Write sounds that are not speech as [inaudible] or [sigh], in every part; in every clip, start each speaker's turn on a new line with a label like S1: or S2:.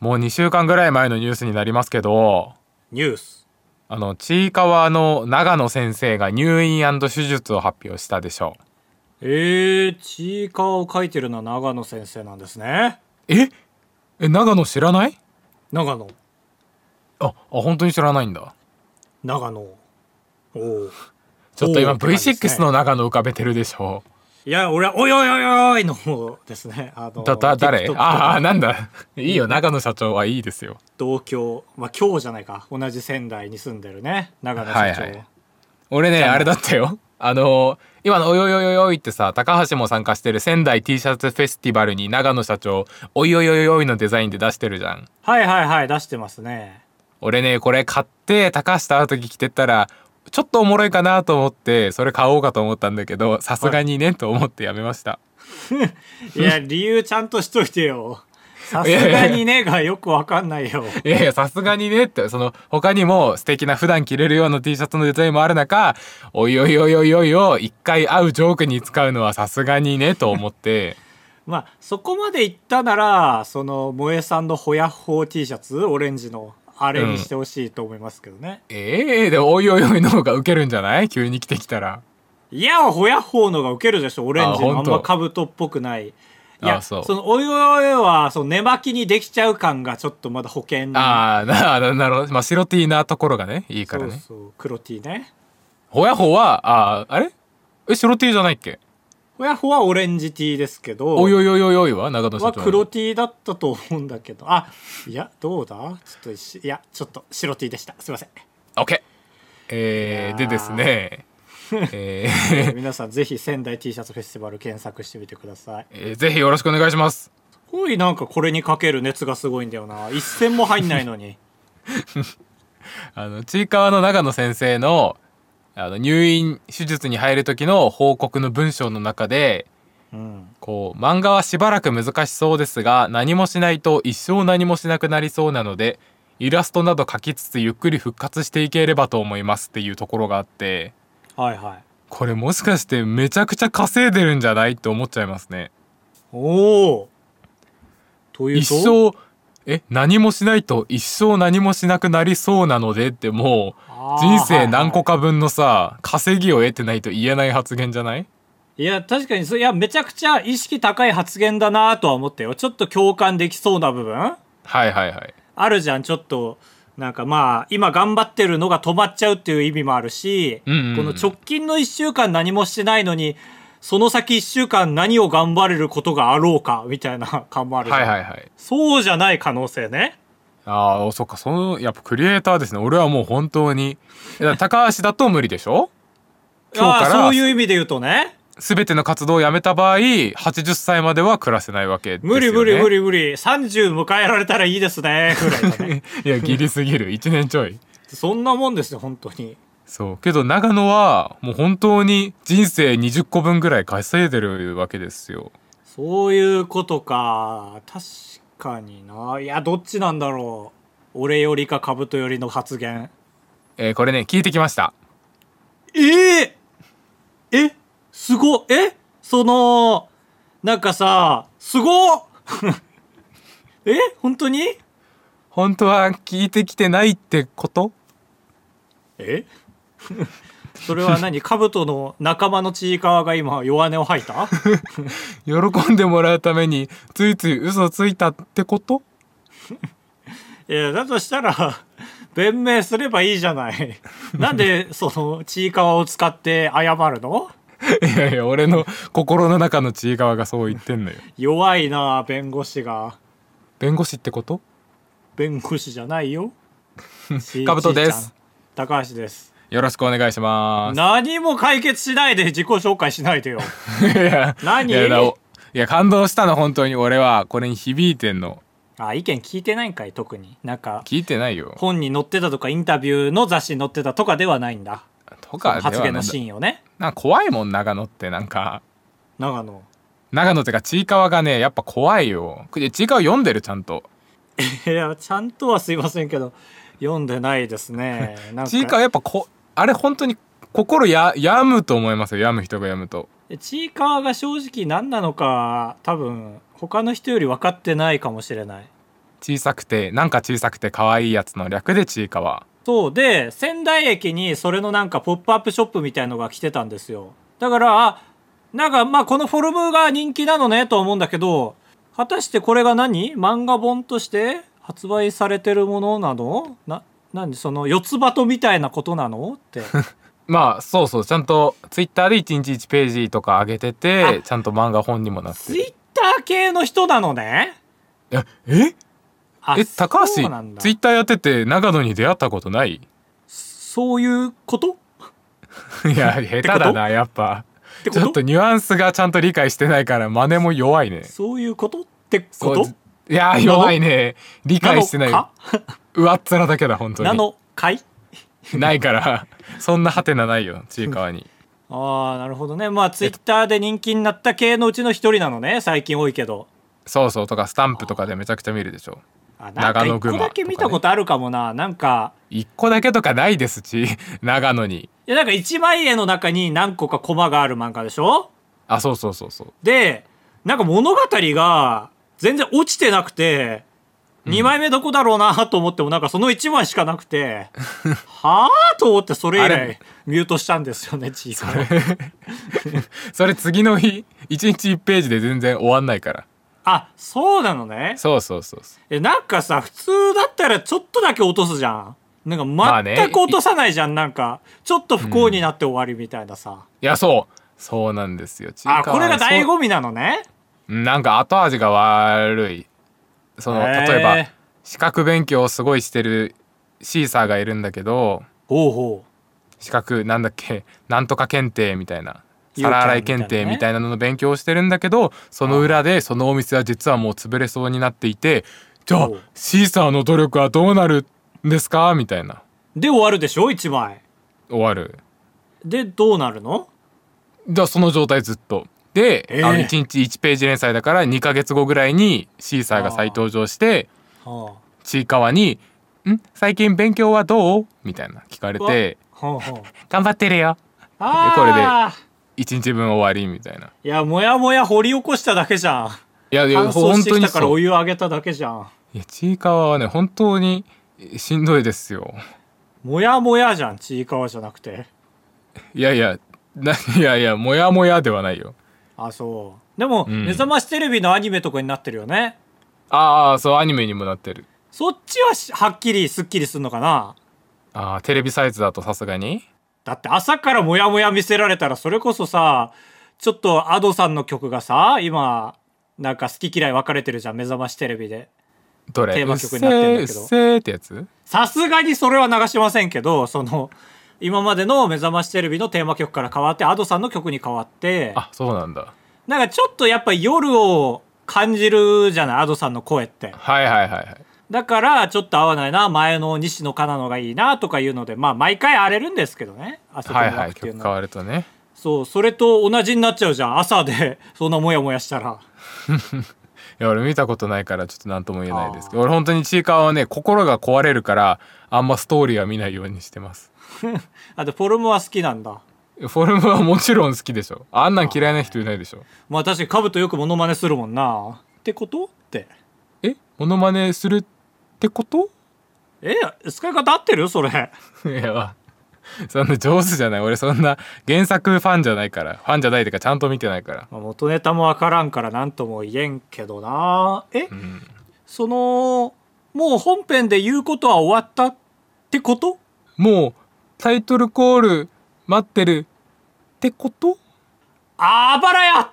S1: もう2週間ぐらい前のニュースになりますけど
S2: ニュース
S1: あのちいかわの長野先生が入院手術を発表したでしょ
S2: えー、ちいかわを書いてるのは長野先生なんですね
S1: うええ長野知らない
S2: 長野
S1: ああ本当に知らないんだ
S2: 長野おお
S1: ちょっと今
S2: おーって感じです
S1: V6
S2: ね
S1: の長野浮かべてるでしょ
S2: いや俺はおいおいおいおいの方ですねあの
S1: だだ誰
S2: TikTok と
S1: ああなんだ [laughs] いいよ長野社長はいいですよ
S2: 同郷まあ今日じゃないか同じ仙台に住んでるね長野社長、
S1: はいはい俺ねあれだったよあのー今の「おいおいおいおいおい」ってさ高橋も参加してる仙台 T シャツフェスティバルに長野社長「おいおいおいおい」のデザインで出してるじゃん
S2: はいはいはい出してますね
S1: 俺ねこれ買って高橋と会う時着てったらちょっとおもろいかなと思ってそれ買おうかと思ったんだけどさすがにねと思ってやめました
S2: いや理由ちゃんとしといてよさす
S1: いやい
S2: が
S1: やいや
S2: にねがよくわかんないよ
S1: いやいやさすがにねってその他にも素敵な普段着れるような T シャツのデザインもある中「おいおいおいおいおい」を一回会うジョークに使うのはさすがにねと思
S2: [laughs]
S1: って。
S2: まあそこまで言ったならその萌えさんのほやっほー T シャツオレンジのあれにしてほしいと思いますけどね、
S1: ええでもおいおいおいの方がウケるんじゃない急に来てきたら
S2: いやほやっほーのがウケるでしょオレンジ
S1: あ
S2: のあ
S1: 本
S2: ん
S1: 当
S2: ま兜っぽくないい
S1: あ
S2: や
S1: そ
S2: そうのおいおいおいはその寝巻きにできちゃう感がちょっとまだ保険
S1: ああなななるほど、まあ、白 T なところがねいいか
S2: そ
S1: ら
S2: う
S1: ね
S2: そう黒 T ね
S1: ほやほはあああれえ白 T じゃないっけ
S2: ほやっほーはオレンジ T ですけど
S1: おいおいおいおいおいは長野社
S2: は
S1: 長
S2: 黒 T だったと思うんだけどあいやどうだちょっと一瞬いやちょっと白 T でしたすいません
S1: オッケーえー、
S2: い
S1: で
S2: やー
S1: ですね [laughs] え
S2: え
S1: ー
S2: ー皆さんぜひ仙台 T シャツフェスティバル検索してみてください
S1: えー [laughs] ぜひよろしくお願いします
S2: すごいなんかこれにかける熱がすごいんだよな一銭も入んないのに
S1: あのちいかわの長野先生のあの入院手術に入る時の報告の文章の中で
S2: うん
S1: こう漫画はしばらく難しそうですが何もしないと一生何もしなくなりそうなのでイラストなど描きつつゆっくり復活していければと思いますっていうところがあって
S2: はいはい
S1: これもしかしてめちゃくちゃ稼いでるんじゃないって思っちゃいますね
S2: おおというと
S1: 一生え何もしないと一生何もしなくなりそうなのでってもう
S2: あー
S1: 人生何個
S2: は
S1: か分のさ、稼ぎを得てないと言えない発言じゃない
S2: いはいいや確かにそういやめちゃくちゃ意識高い発言だなとは思ったよちょっと共感できそうな部分
S1: はいはいはい
S2: あるじゃんちょっとなんかまあ今頑張ってるのが止まっちゃうっていう意味もあるし、
S1: うんうんうん
S2: この直近の1週間何もしてないのにその先1週間何を頑張れることがあろうかみたいな感もあるじゃん、
S1: はいはいはい
S2: そうじゃない可能性ね
S1: ああそっかそのやっぱクリエイターですね俺はもう本当にいや高橋だと無理でしょ今日
S2: あ
S1: か
S2: あ
S1: ら
S2: そういう意味で言うとね
S1: 全ての活動をやめた場合80歳までは暮らせないわけですよ、ね、
S2: 無理無理無理無理30迎えられたらいいですねぐらいの
S1: [laughs]
S2: ね
S1: [laughs] いやギリすぎる1年ちょい
S2: そんなもんですよ本当に
S1: そうけど長野はもう本当に人生20個分ぐらい稼いでるわけですよ
S2: そういうことか確かにないやどっちなんだろう俺よりか兜よりの発言
S1: えーこれね聞いてきました
S2: えええすごえそのなんかさすご [laughs] え本当に
S1: 本当は聞いてきてないってこと
S2: え [laughs] それは何兜の仲間のちいかわが今弱音を吐い
S1: [laughs]
S2: た
S1: 喜んでもらうためについつい嘘ついたってこと
S2: いやだとしたら弁明すればいいじゃないなんでそのちいかわを使って謝るの
S1: いやいや俺の心の中のちいかわがそう言ってんのよ
S2: 弱いな弁護士が
S1: 弁護士ってこと
S2: 弁護士じゃないよち
S1: [laughs]
S2: い
S1: 兜です
S2: ちいちゃん高橋です
S1: よろしくお願いします
S2: 何も解決しないで自己紹介しな
S1: [laughs]
S2: いでよ
S1: いや
S2: 何
S1: いやだおいや感動したの本当に俺はこれに響いてんの
S2: あ意見聞いてないんかい特になんか
S1: 聞いてないよ
S2: 本に載ってたとかインタビューの雑誌に載ってたとかではないんだ
S1: とかでは
S2: 発言の
S1: なんだ
S2: シーンをね
S1: なんか怖いもん長野ってなんか
S2: 長野
S1: 長野ってかちいかわがねやっぱ怖いよでちいかわ読んでるちゃんと
S2: いやちゃんとはすいませんけど読んでないですねなん
S1: ちいかわ
S2: か
S1: やっぱこあれ本当に心や病むと思いますよ病む人が病むと
S2: ちいかわが正直何なのか多分他の人より分かってないかもしれない
S1: 小さくてなんか小さくて可愛いやつの略でちいかわ
S2: そうで仙台駅にそれのなんかポップアップショップみたいのが来てたんですよだからあなんかまあこのフォルムが人気なのねとは思うんだけど果たしてこれが何漫画本として発売されてるものなのな何その四つ葉とみたいなことなの
S1: [laughs]
S2: って
S1: まあそうそうちゃんとツイッターで1日1ページとか上げててちゃんと漫画本にもなって
S2: ツイッター系の人なのね
S1: ええ
S2: あ
S1: え高橋ツイ
S2: そうなんだ
S1: ッターやってて長野に出会ったこと
S2: [laughs]
S1: ない
S2: そういうこと
S1: いや下手だなやっぱ
S2: てこ
S1: ち
S2: と
S1: ょっとニュアンスがちゃんと理解してないから真似も弱いね
S2: そういうことってこ
S1: そう
S2: と
S1: いやー
S2: なの
S1: 弱いね理
S2: な
S1: 解
S2: の
S1: してない
S2: か
S1: 上っ面だけだ本当
S2: な
S1: に
S2: のかい
S1: ないから [laughs] そんなハテナないよちいかわに
S2: ああなるほどねまあツイッターで人気になった系のうちの一人なのね最近多いけど
S1: そうそうとかスタンプとかでめちゃくちゃ見るでしょ
S2: あなんか
S1: 長野
S2: 一
S1: 群
S2: 個
S1: 馬
S2: だけ見たことあるかもななんか
S1: 一個だけとかないですち [laughs] 長野に
S2: いやなんか一枚絵の中に何個かコマがある漫画でしょ
S1: あそうそうそうそう
S2: でなんか物語が全然落ちてなくて、2枚目どこだろうなと思ってもなんかその1枚しかな
S1: [laughs]
S2: くてはあと思ってそれ以
S1: あ
S2: 来
S1: れ
S2: ミュートしたんですよねちいかわ
S1: それ次の日一日一ページで全然終わんないから
S2: あそうなのね
S1: そうそうそうそう
S2: えなんかさ普通だったらちょっとだけ落とすじゃんなん
S1: ま
S2: か
S1: あね
S2: 全く落とさないじゃん、なんかちょっと不幸になって終わりみたいなさ、
S1: いやそうそうなんですよちいかわ
S2: あこれが醍
S1: そう
S2: 醐味なのね
S1: なんか後味が悪いその
S2: へー
S1: 例えば資格勉強をすごいしてるシーサーがいるんだけど
S2: ほうほ
S1: 資格なんだっけ [laughs] なんとか検定みたいな
S2: 有
S1: 皿
S2: 権
S1: 洗い検定みたいなのの勉強をしてるんだけどその裏でそのお店は実はもう潰れそうになっていてじゃあ
S2: おう
S1: シーサーの努力はどうなるんですかみたいな
S2: うで終わるでしょ1枚
S1: 終わる
S2: でどうなるの
S1: だからその状態ずっとで、
S2: えー
S1: あの1日1ページ連載だから2ヶ月後ぐらいにシーサーが再登場して
S2: は
S1: ちいかわに「ん最近勉強はどう?」みたいな聞かれ
S2: あうわ
S1: て
S2: はあは
S1: 「頑張ってるよ [laughs]
S2: あ
S1: これで
S2: あー」
S1: 1日分終わりみたいな。
S2: いやもやもや掘り起こしただけじゃん
S1: いやい
S2: 乾
S1: や
S2: 燥
S1: 本
S2: して
S1: 当
S2: き
S1: に
S2: たから
S1: そう
S2: お湯あげただけじゃん
S1: いやちいかわはね本当にえしんどいですよ
S2: もやもやじゃんちいかわじゃなくて
S1: いやいやない [laughs] やいやモヤモヤではないよ
S2: あそうでも、
S1: うん
S2: 目覚ましテレビのアニメとかになってるよね
S1: ああそうアニメにもなってる
S2: そっちはしはっきりすっきりすんのかな
S1: あーテレビサイズだとさすがに
S2: だって朝からモヤモヤ見せられたらそれこそさちょっと Ado さんの曲がさ今なんか好き嫌い分かれてるじゃん目覚ましテレビで
S1: どれ
S2: テーマ曲になってんだけど
S1: うっせーうっせーってやつ
S2: さすがにそれは流しませんけどその今までの目覚ましテレビのテーマ曲から変わって Ado さんの曲に変わって
S1: あそうなんだ
S2: なんかちょっとやっぱ夜を感じるじゃない Ado さんの声って
S1: はいはいはいはい
S2: だからちょっと合わないな前の西野カナのがいいなとかいうのでまあ毎回荒れるんですけどねあそこ
S1: はい
S2: の
S1: は
S2: 枠
S1: い
S2: っていう
S1: 曲
S2: の
S1: 変わるとね
S2: そうそれと同じになっちゃうじゃん朝で [laughs] そんなモヤモヤしたら
S1: いや俺見たことないからちょっと何とも言えないですけ
S2: あ
S1: ど俺本当にちいかわはね心が壊れるからあんまストーリーは見ないようにしてます
S2: あとフォルムは好きなんだ
S1: フォルムはもちろん好きでしょあんなん嫌いな人いないでしょ
S2: まあ確かにカブとよくモノマネするもんなってことって
S1: えモノマネするってこと
S2: え使い方合ってるそれ [laughs]
S1: いやそんな上手じゃない俺そんな原作ファンじゃないからファンじゃないというかちゃんと見てないから
S2: まあ元ネタもわからんから何とも言えんけどなえ、
S1: ん
S2: そのもう本編で言うことは終わったってこと
S1: もうタイトルコール待ってるってこと
S2: あばらやっ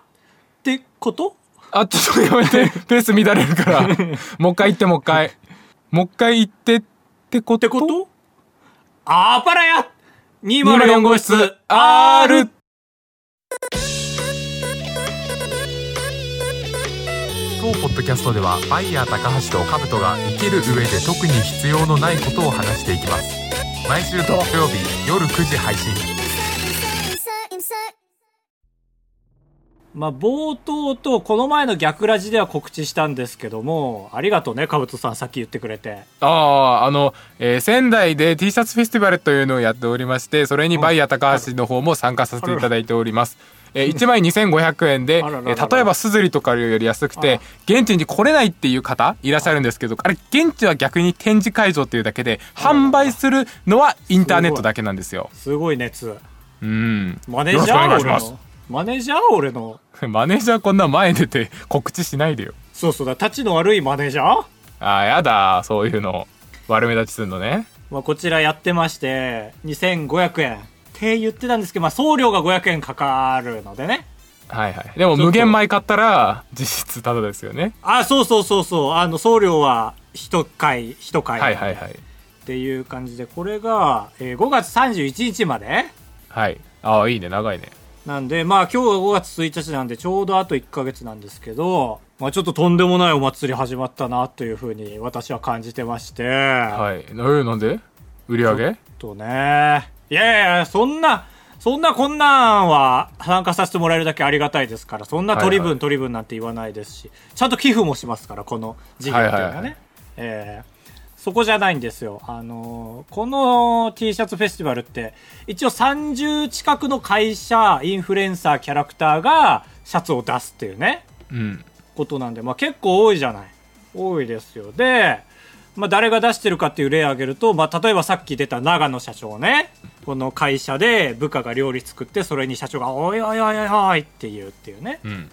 S2: てこと
S1: あちょっとやめ
S2: [laughs]
S1: てペース乱れるからもう一回言ってもう一回もう一回言ってってこ
S2: っ
S1: と
S2: てことあばらや204
S1: 204
S2: 号
S1: 号
S2: 室
S1: 室
S2: R!
S1: R 当ポッドキャストではバイヤー高橋とカブトが生きる上で特に必要のないことを話していきます毎週土曜日夜9時配信
S3: insert, insert.
S2: まあ冒頭とこの前の逆ラジでは告知したんですけどもありがとうねかぶとさんさっき言ってくれて
S1: あああの、えー仙台で T シャツフェスティバルというのをやっておりましてそれにバイヤー高橋の方も参加させていただいておりますえー1枚2500円で
S2: [laughs] あらららら
S1: えー例えばスズリとかより安くて現地に来れないっていう方いらっしゃるんですけどあれ現地は逆に展示会場っていうだけで販売するのはインターネットだけなんですよ。
S2: すごい熱
S1: うん、 [laughs]
S2: マネージャ
S1: よろ
S2: ー
S1: しくお願
S2: 俺
S1: いし
S2: のマネージャー俺の
S1: ますマネージャーこんな前出て告知しないでよ。
S2: そうそうだ立ちの悪いマネージャー、
S1: あーやだそういうの悪目立ちするのね。
S2: まあ、こちらやってまして2500円って言ってたんですけど、まあ、送料が500円かかるのでね
S1: はいはい。でも無限米買ったら実質タダですよね。
S2: あそうそうそうそうあの送料は1回1回
S1: はいはいはい。
S2: っていう感じでこれが、えー5月31日まで
S1: はい。ああいいね長いね。
S2: なんでまあ今日が5月1日なんでちょうどあと1ヶ月なんですけど、まあ、ちょっととんでもないお祭り始まったなというふうに私は感じてましては
S1: はい。えーなんで売り上げ
S2: とねいやいやいやそんなそんなこんなんは参加させてもらえるだけありがたいですからそんな取
S1: はい
S2: り
S1: は
S2: 分
S1: い
S2: 取り分なんて言わないですしちゃんと寄付もしますからこの事業っていうのはね、
S1: はいはいはい
S2: えーそこじゃないんですよあのーこの T シャツフェスティバルって一応30近くの会社インフルエンサーキャラクターがシャツを出すっていうね
S1: うん。
S2: ことなんで、まあ、結構多いじゃない多いですよで、まあ、誰が出してるかっていう例を挙げると、まあ、例えばさっき出た長野社長ねこの会社で部下が料理作ってそれに社長が「おいおいおいおいおい」って言うっていうね
S1: うん。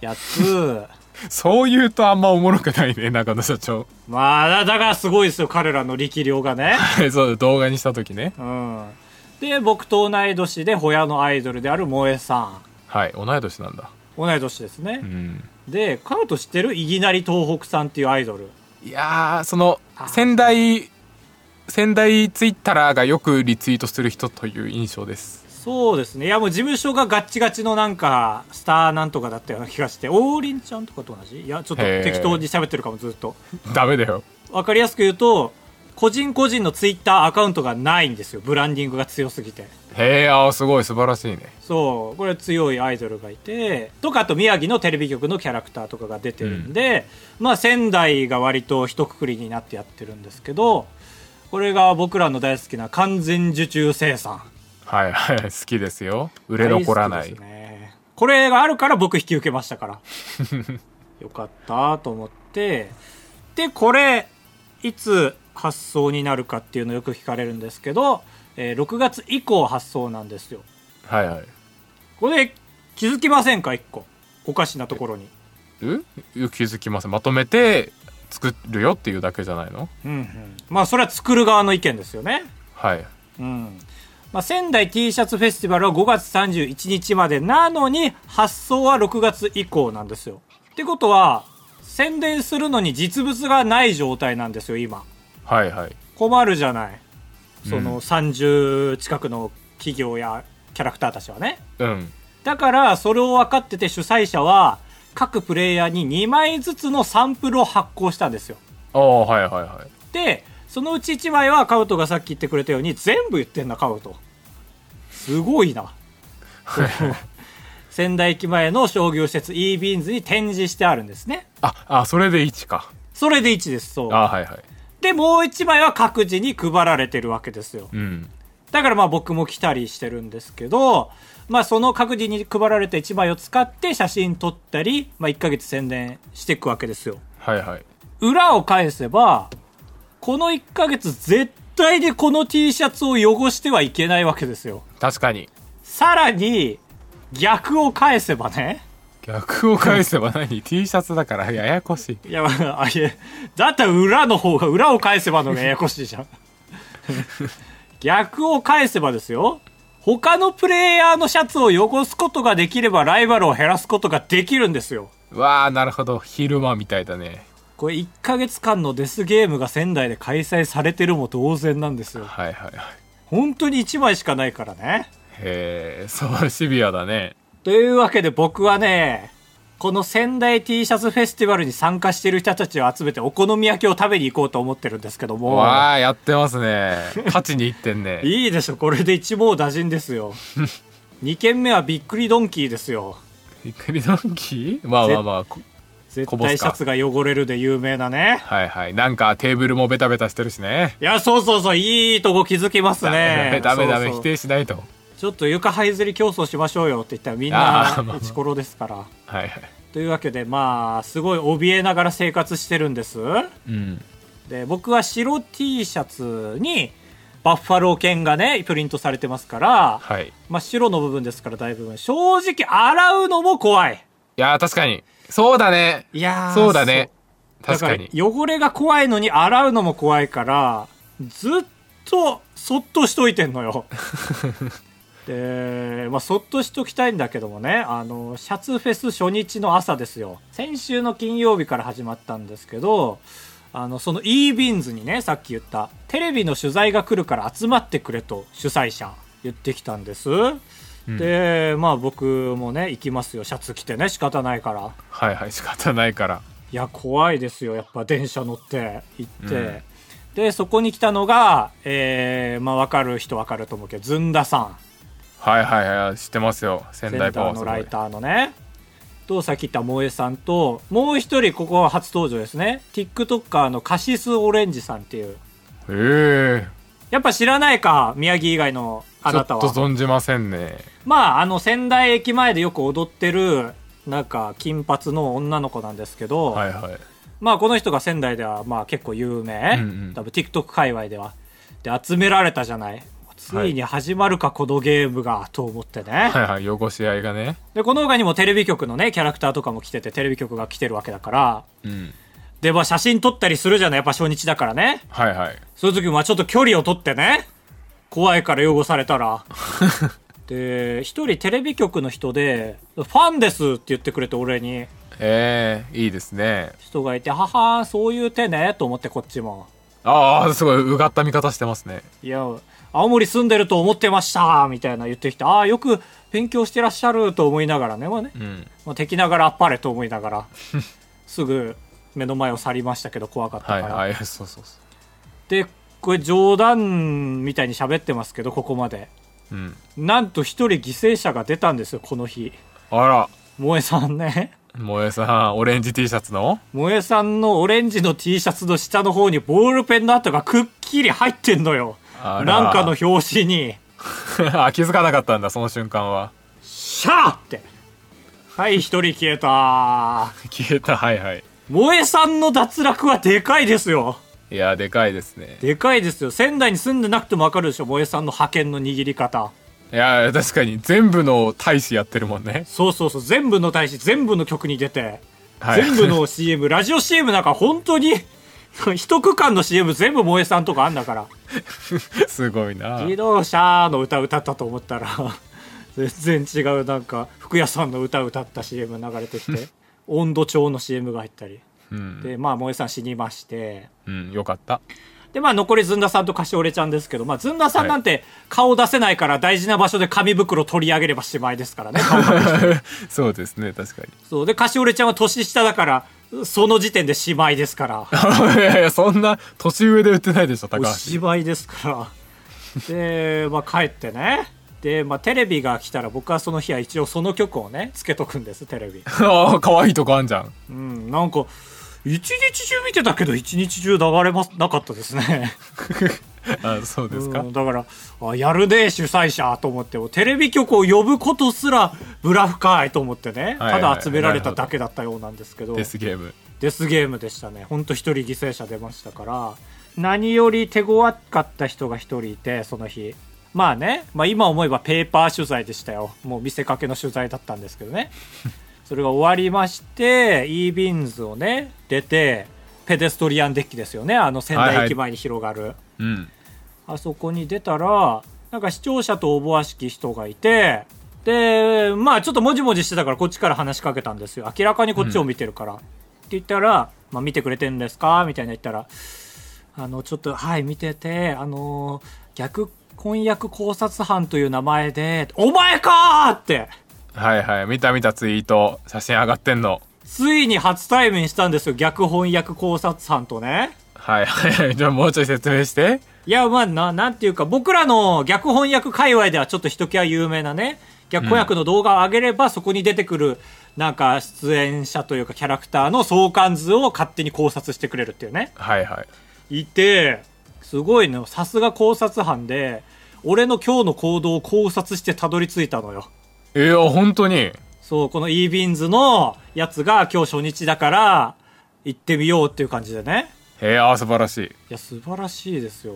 S2: やつ
S1: そう言うとあんまおもろくないね中野社長 [laughs]
S2: まあだだからすごいですよ彼らの力量がね
S1: そう動画にした時ね
S2: うんで僕と同い年でホヤのアイドルである萌えさん
S1: はい同い年なんだ
S2: 同い年ですね
S1: う、ん
S2: でカウト知ってるいぎなり東北さんっていうアイドル
S1: いやーその
S2: あ
S1: 仙台仙台ツイッターがよくリツイートする人という印象です
S2: そうですね。いや、もう事務所がガッチガチのなんか、スターなんとかだったような気がして、王林ちゃんとかと同じいや、ちょっと
S1: へー
S2: 適当に喋ってるかも、ずっと。
S1: ダメだよ
S2: わかりやすく言うと、個人個人のツイッターアカウントがないんですよ。ブランディングが強すぎて。
S1: へえあーすごい素晴らしいね
S2: そう、これ強いアイドルがいて、とか、あと宮城のテレビ局のキャラクターとかが出てるんで、まあ仙台が割と一括りになってやってるんですけど、これが僕らの大好きな完全受注生産。
S1: はいはい好きですよ売れ残らな
S2: 大
S1: い、
S2: 好きですねこれがあるから僕引き受けましたから
S1: [laughs]
S2: よかったと思ってでこれいつ発送になるかっていうのよく聞かれるんですけど、えー6月以降発送なんですよ
S1: はいはい
S2: これ気づきませんか1個おかしなところに
S1: え気づきませんまとめて作るよっていうだけじゃないの
S2: うんうんまあそれは作る側の意見ですよね
S1: はい
S2: うんまあ、仙台 T シャツフェスティバルは5月31日までなのに発送は6月以降なんですよ。ってことは宣伝するのに実物がない状態なんですよ今
S1: はいはい
S2: 困るじゃないそ
S1: うん
S2: の30近くの企業やキャラクターたちはね
S1: うん
S2: だからそれを分かってて主催者は各プレイヤーに2枚ずつのサンプルを発行したんですよ
S1: ああはいはいはい
S2: でそのうち1枚はカウトがさっき言ってくれたように全部言ってんなカウトすごいな仙台駅前の商業施設 e ビーンズに展示してあるんですね
S1: ああそれで1か
S2: それで1ですそう
S1: あーはいはい
S2: でもう1枚は各自に配られてるわけですよ
S1: うん
S2: だからまあ僕も来たりしてるんですけどまあその各自に配られた1枚を使って写真撮ったり、まあ、1ヶ月宣伝していくわけですよ
S1: はいはい
S2: 裏を返せば、この1ヶ月絶対にこの T シャツを汚してはいけないわけですよ。
S1: 確かに
S2: さらに、逆を返せばね。
S1: 逆を返せば何 [laughs] T シャツだからややこしい
S2: いや、まあ、あいえ、だったら裏の方が、裏を返せばの方がややこしいじゃん。 [laughs] 逆を返せばですよ。他のプレイヤーのシャツを汚すことができればライバルを減らすことができるんですよ。
S1: わあなるほど昼間みたいだね
S2: これ1ヶ月間のデスゲームが仙台で開催されてるも同然なんですよ。
S1: はいはいはい
S2: 本当に1枚しかないからね。
S1: へえそうシビアだね
S2: というわけで僕はね、この仙台 T シャツフェスティバルに参加している人たちを集めてお好み焼きを食べに行こうと思ってるんですけども、
S1: わあやってますね勝ちにいってんね
S2: いいでしょ、これで一網打尽ですよ。2軒目はびっくりドンキーですよ。
S1: びっくりドンキーまあまあまあこ
S2: 絶
S1: こぼす
S2: 対
S1: か
S2: シャツが汚れるで有名なね。
S1: はいはいなんかテーブルもベタベタしてるしね
S2: いや、そうそうそう、いいとこ気づきますね。
S1: ダメダメダメ
S2: そうそ
S1: 否
S2: う
S1: 定しないと
S2: ちょっと床這いずり競争しましょうよって言ったらみん
S1: あーまあま
S2: な
S1: あ
S2: イチコロですから。
S1: はいはい
S2: というわけでまあすごい怯えながら生活してるんです。
S1: うん
S2: で僕は白 T シャツにバッファロー犬がねプリントされてますから、
S1: はいい
S2: まあ、白の部分ですから大部分正直洗うのも怖い
S1: やー確かにそうだね
S2: いやー
S1: そうだね
S2: そう
S1: 確かに
S2: だから汚れが怖いのに洗うのも怖いからずっとそっとしといてん
S1: [laughs]
S2: のよで、まあ、そっとしときたいんだけどもねあのシャツフェス初日の朝ですよ先週の金曜日から始まったんですけどあのその e ビンズにねさっき言ったテレビの取材が来るから集まってくれと主催者言ってきたんです、
S1: ん
S2: でまあ僕もね行きますよシャツ着てね仕方ないから
S1: はいはい仕方ないから
S2: いや怖いですよやっぱ電車乗って行って、
S1: うん
S2: でそこに来たのが、えーまあ、分かる人分かると思うけどずんださん
S1: はいはいはい知ってますよ仙
S2: セン
S1: 台
S2: タ
S1: パワ
S2: ー
S1: ー
S2: の
S1: す
S2: ラ
S1: ご
S2: イ
S1: い
S2: ターのねとさっき言った萌えさんともう一人ここは初登場ですね TikToker のカシスオレンジさんっていう
S1: え
S2: やっぱ知らないか宮城以外の
S1: え
S2: あ
S1: ちょ
S2: な
S1: ったと
S2: は
S1: 存じませんね
S2: まああの仙台駅前でよく踊ってるなんか金髪の女の子なんですけど、
S1: はいはい
S2: まあこの人が仙台ではまあ結構有名、
S1: うんうん
S2: 多分 TikTok 界隈ではで集められたじゃないついに始まるか、このゲームがと思ってね、
S1: はいはい汚し合いがね
S2: でこの他にもテレビ局のねキャラクターとかも来ててテレビ局が来てるわけだから
S1: うん
S2: でまあ写真撮ったりするじゃないやっぱ初日だからね
S1: はいはい
S2: そういう時もまあちょっと距離を取ってね怖いから汚され
S1: [laughs]
S2: たらで一人テレビ局の人で「ファンです」って言ってくれて俺に
S1: ええいいですね
S2: 人がいて「ははそういう手ね」と思ってこっちも
S1: ああすごいうがった見方してますね
S2: いや、青森住んでると思ってましたみたいな言ってきて、ああ、よく勉強してらっしゃると思いながらね、まあね
S1: う、ん
S2: まあ、敵ながらあっぱれと思いな
S1: [laughs]
S2: がら、すぐ目の前を去りましたけど、怖かったか
S1: はい
S2: ら。
S1: はいそうそうそ
S2: で、これ冗談みたいに喋ってますけど、ここまで。
S1: ううん
S2: なんと一人犠牲者が出たんですよ、この日。
S1: あら
S2: 萌えさんね。 [laughs]
S1: 萌えさんオレンジ T シャツの [laughs]
S2: 萌えさんのオレンジの T シャツの下の方にボールペンの跡がくっきり入ってんのよ。
S1: あら
S2: なんかの表紙に。
S1: あ気づかなかったんだその瞬間は [laughs]
S2: シャーって。はい、一人消えた。
S1: 消えたはいはい
S2: 萌えさんの脱落はでかいですよ。
S1: いやでかいですね
S2: でかいですよ。仙台に住んでなくてもわかるでしょ。萌えさんの派遣の握り方。
S1: いや確かに全部の大使やってるもんね
S2: そうそうそう。全部の大使、全部の曲に出て、
S1: はい
S2: 全部の CM、ラジオ CM なんか本当に、一区間の CM 全部萌えさんとかあんだから。
S1: [laughs] すごいな
S2: 自動車の歌歌ったと思ったら [laughs] 全然違うなんか服屋さんの歌歌った CM 流れてき
S1: [laughs]
S2: て温度調の CM が入ったり、
S1: うん
S2: でまあ萌えさん死にまして
S1: うんよかった [laughs]
S2: でまあ残りずんださんとカシオレちゃんですけど、まあ、ずんださんなんて顔出せないから大事な場所で紙袋取り上げればしまいですからね顔
S1: [laughs] そうですね確かに
S2: そうでカシオレちゃんは年下だからその時点でしまいですから
S1: [laughs] いやいやそんな年上で売ってないでしょ高
S2: お
S1: 橋
S2: 芝居ですからで、まあ、帰ってねで、まあ、テレビが来たら僕はその日は一応その曲をねつけとくんですテ
S1: [laughs]
S2: レビ
S1: [laughs] ああ可愛いとこあんじゃん [laughs]
S2: うんなんか一日中見てたけど一日中流れますなかったですね
S1: あそうですか
S2: うんだからあやるね主催者と思ってもテレビ局を呼ぶことすらブラフかいと思ってね、
S1: はいはい
S2: ただ集められただけだったようなんですけど
S1: デスゲーム
S2: デスゲームでしたね。ほんと一人犠牲者出ましたから、何より手強かった人が一人いて、その日。まあね、まあ今思えばペーパー取材でしたよ。もう見せかけの取材だったんですけどね。それが終わりまして、e ビンズをね、出て、ペデストリアンデッキですよね。あの仙台駅前に広がる。
S1: うん
S2: あそこに出たら、なんか視聴者とおぼわしき人がいて、で、まあちょっともじもじしてたからこっちから話しかけたんですよ。明らかにこっちを見てるから。って言ったら、まあ見てくれてんですかみたいな言ったら、あの、ちょっと、はい、見てて、あの逆婚約考察班という名前で、お前かーって、
S1: はいはい見た見たツイート写真上がってんの
S2: ついに初対面したんですよ。逆翻訳考察班とね。
S1: はいはいはい [laughs] じゃあもうちょい説明して
S2: いや、まあ、な、なんていうか、僕らの逆翻訳界隈ではちょっとひときわ有名なね、逆翻訳の動画を上げれば、そこに出てくる、なんか、出演者というか、キャラクターの相関図を勝手に考察してくれるっていうね。
S1: はいはい
S2: いて、すごいね、さすが考察班で、俺の今日の行動を考察してたどり着いたのよ。
S1: いや本当に
S2: そう、この e ビーンズのやつが今日初日だから、行ってみようっていう感じでね。
S1: へえあ素晴らしい
S2: いや、素晴らしいですよ。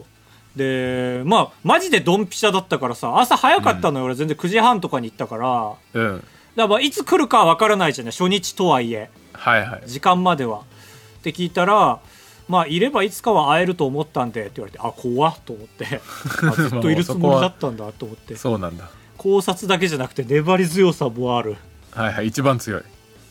S2: で、まあ、マジでドンピシャだったからさ、朝早かったのよ、俺全然9時半とかに行ったから。だか
S1: うん
S2: らまあ、いつ来るかわからないじゃない、初日とはいえ。
S1: はいはい
S2: 時間までは。って聞いたら、まあ、いればいつかは会えると思ったんでって言われて、あ、怖っと
S1: [laughs]
S2: 思って。あずっといるつもりだったんだと思って。
S1: そうなんだ
S2: 考察だけじゃなくて粘り強さもある。
S1: はいはい一番強い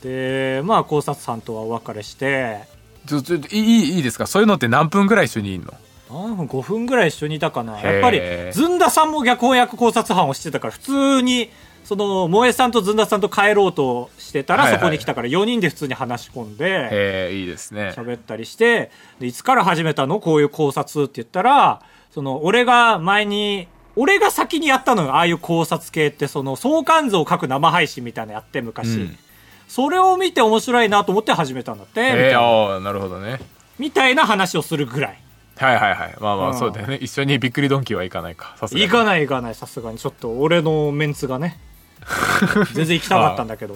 S2: で、まあ、考察さんとはお別れして、
S1: ちょちょいいいいですかそういうのって何分ぐらい一緒にいんの
S2: 何分 ?5 分ぐらい一緒にいたかな。
S1: へー
S2: やっぱり、ずんださんも逆翻訳考察班をしてたから、普通に、その、萌えさんとずんださんと帰ろうとしてたら、
S1: はいはい
S2: そこに来たから、4人で普通に話し込んで、
S1: へえいいですね
S2: 喋ったりして、でいつから始めたのこういう考察って言ったら、その、俺が前に、俺が先にやったのよ。ああいう考察系って、その、相関図を書く生配信みたいなのやって、昔。
S1: うん
S2: それを見て面白いなと思って始めたんだって、みたい
S1: へえ
S2: な
S1: ああなるほどね
S2: みたいな話をするぐらい。
S1: はいはいはいまあま
S2: う
S1: あ
S2: ん
S1: そうだよね一緒にびっくりドンキーはいかないかさすが
S2: 行か
S1: い
S2: ない行かない、さすがに。ちょっと俺のメンツがね。全然行きたかったんだけど。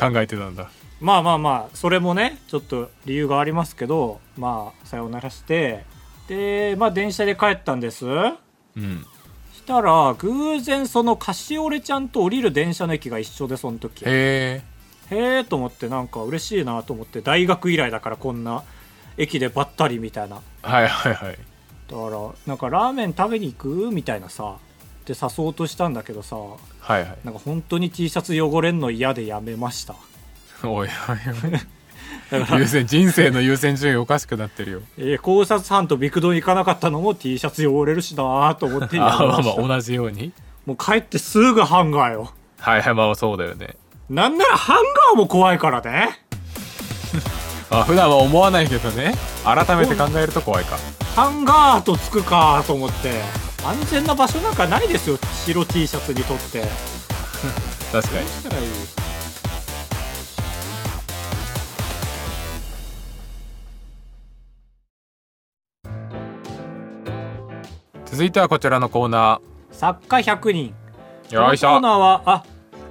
S1: 考えてたんだ
S2: まあまあまあ、それもね、ちょっと理由がありますけど、まあ、さよならして。で、まあ電車で帰ったんです。
S1: うん
S2: したら、偶然そのカシオレちゃんと降りる電車の駅が一緒で、その時。へ
S1: へえ
S2: えと思って、なんか嬉しいなと思って、大学以来だからこんな駅でばったりみたいな。
S1: はいはいはい
S2: だからなんかラーメン食べに行くみたいなさって誘おうとしたんだけどさ
S1: はいはい
S2: なんか本当に T シャツ汚れんの嫌でやめました
S1: おいおいおい優先人生の優先順位おかしくなってるよ
S2: [laughs] えー考察班とビクドン行かなかったのも T シャツ汚れるしなーと思ってやめ
S1: [laughs] ああま
S2: ま
S1: あ
S2: し
S1: ま
S2: た
S1: あ同じように
S2: もう帰ってすぐハンガーよ
S1: はいはいまあそうだよね
S2: なんならハンガーも怖いからね
S1: まあ普段は思わないけどね改めて考えると怖いか
S2: ハンガーとつくかと思って安全な場所なんかないですよ白 T シャツにとって
S1: 確かに
S2: どうしたらいい
S1: 続いてはこちらのコーナ
S2: 作家100人
S1: ーよいしょ
S2: このコーナーは、あ、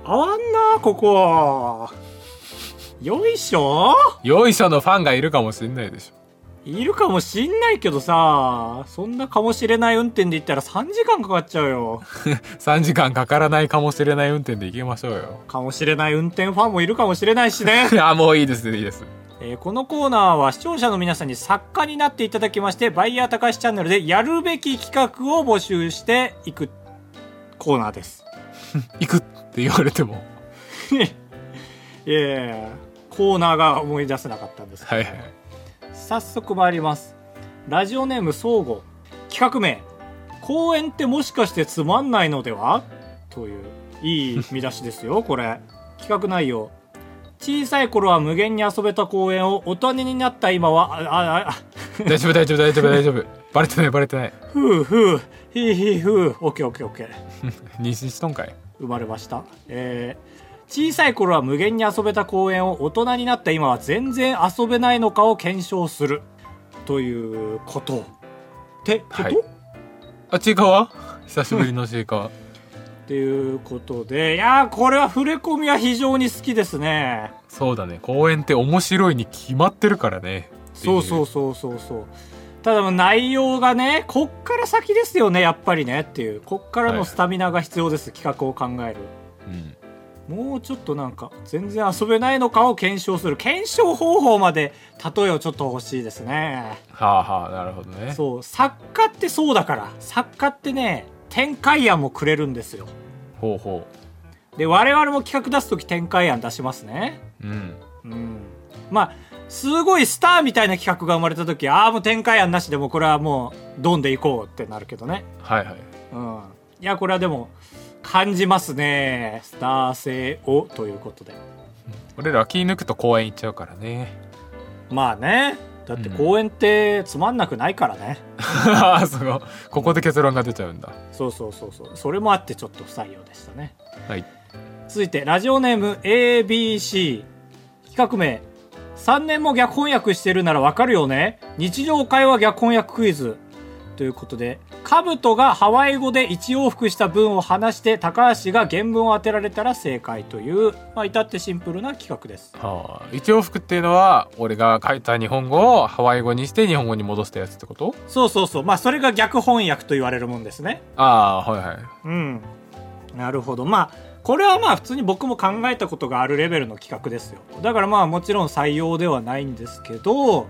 S2: 合わんな、ここ。よいしょ
S1: よいしょのファンがいるかもしれないでしょ
S2: いるかもしんないけどさ、そんなかもしれない運転で言ったら3時間かかっちゃうよ。
S1: [laughs] 3時間かからないかもしれない運転で行きましょうよ。
S2: かもしれない運転ファンもいるかもしれないしね
S1: [laughs] あもういいですいいです
S2: えーこのコーナーは視聴者の皆さんに作家になっていただきまして、バイヤー高橋チャンネルでやるべき企画を募集していくコーナーです。
S1: 行くって言われても [laughs]
S2: いやいやいやコーナーが思い出せなかったんですけど
S1: はいはい
S2: 早速参りますラジオネーム相互企画名「公園ってもしかしてつまんないのでは?」といういい見出しですよこれ企画内容小さい頃は無限に遊べた公園を大人になった今はあああ
S1: 大丈夫大丈夫大丈夫大丈夫 [laughs] バレてないバレてない
S2: ふうふうひいひいふうオッケーオッケーオッケー
S1: 妊娠しとんかい
S2: 生まれました、えー小さい頃は無限に遊べた公園を大人になった今は全然遊べないのかを検証するということってこと、
S1: はいあちいかわ久しぶりのちいかわ [laughs]
S2: っていうことでいやーこれは触れ込みは非常に好きですね
S1: そうだね公園って面白いに決まってるからね
S2: そうそう
S1: う
S2: そうそうそうただ内容がねこっから先ですよねやっぱりねっていうこっからのスタミナが必要です、企画を考える
S1: うん
S2: もうちょっとなんか全然遊べないのかを検証する検証方法まで例えをちょっと欲しいですね
S1: はあはあなるほどね
S2: そう作家ってそうだから作家ってね展開案もくれるんですよ
S1: ほうほ
S2: で我々も企画出す時展開案出しますね
S1: ううん
S2: うんまあすごいスターみたいな企画が生まれた時ああもう展開案なしでもうこれはもうドンでいこうってなるけどね
S1: はいはい
S2: うんいやこれはでも感じますねスター性をということで
S1: 俺らは気抜くと公園行っちゃうからね [laughs]
S2: まあねだって公演ってつまんなくないからね、
S1: そこここで結論が出ちゃうんだ
S2: そうそうそうそうそれもあってちょっと不採用でしたね
S1: はい
S2: 続いてラジオネーム ABC 企画名3年も逆翻訳してるならわかるよね日常会話逆翻訳クイズということで兜がハワイ語で一往復した文を話して高橋が原文を当てられたら正解という、まあ、至ってシンプルな企画です
S1: はあ、一往復っていうのは俺が書いた日本語をハワイ語にして日本語に戻したやつってこと
S2: そうそうそうまあそれが逆翻訳と言われるもんですね
S1: ああはいはい
S2: うんなるほどまあこれはまあ普通に僕も考えたことがあるレベルの企画ですよだからまあもちろん採用ではないんですけど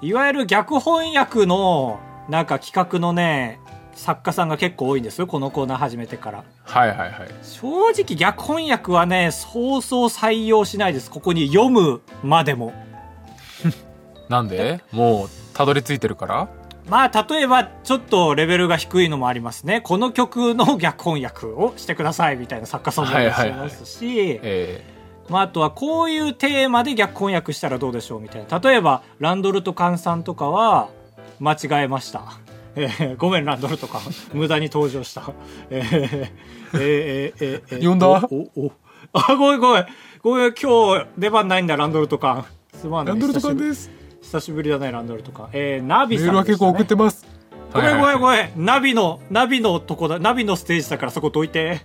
S2: いわゆる逆翻訳のなんか企画のね作家さんが結構多いんですよこのコーナー始めてから
S1: はいはいはい
S2: 正直逆翻訳はねそうそう採用しないですここに読むまでも
S1: なんでもうたどり着いてるから
S2: まあ例えばちょっとレベルが低いのもありますねこの曲の逆翻訳をしてくださいみたいな作家さんもいらっしゃいますし、
S1: え
S2: まあ、あとはこういうテーマで逆翻訳したらどうでしょうみたいな例えばランドルトカンさんとかは間違えました、 [laughs] えーごめんランドルトカン無駄に登場したえーえーえーえー
S1: 呼んだ
S2: おおおあごめんごめんごめん今日出番ないんだランドルトカンすま
S1: え
S2: んね久しぶり
S1: す
S2: 久しぶりだねランドルトカンえー、ナビ
S1: メ
S2: さん
S1: ールは
S2: で
S1: 結
S2: した
S1: 構
S2: ね
S1: 送ってます
S2: ごめんごめんご
S1: ん
S2: めん。ナビの、ナビのとこだ、ナビのステージだからそこどいて。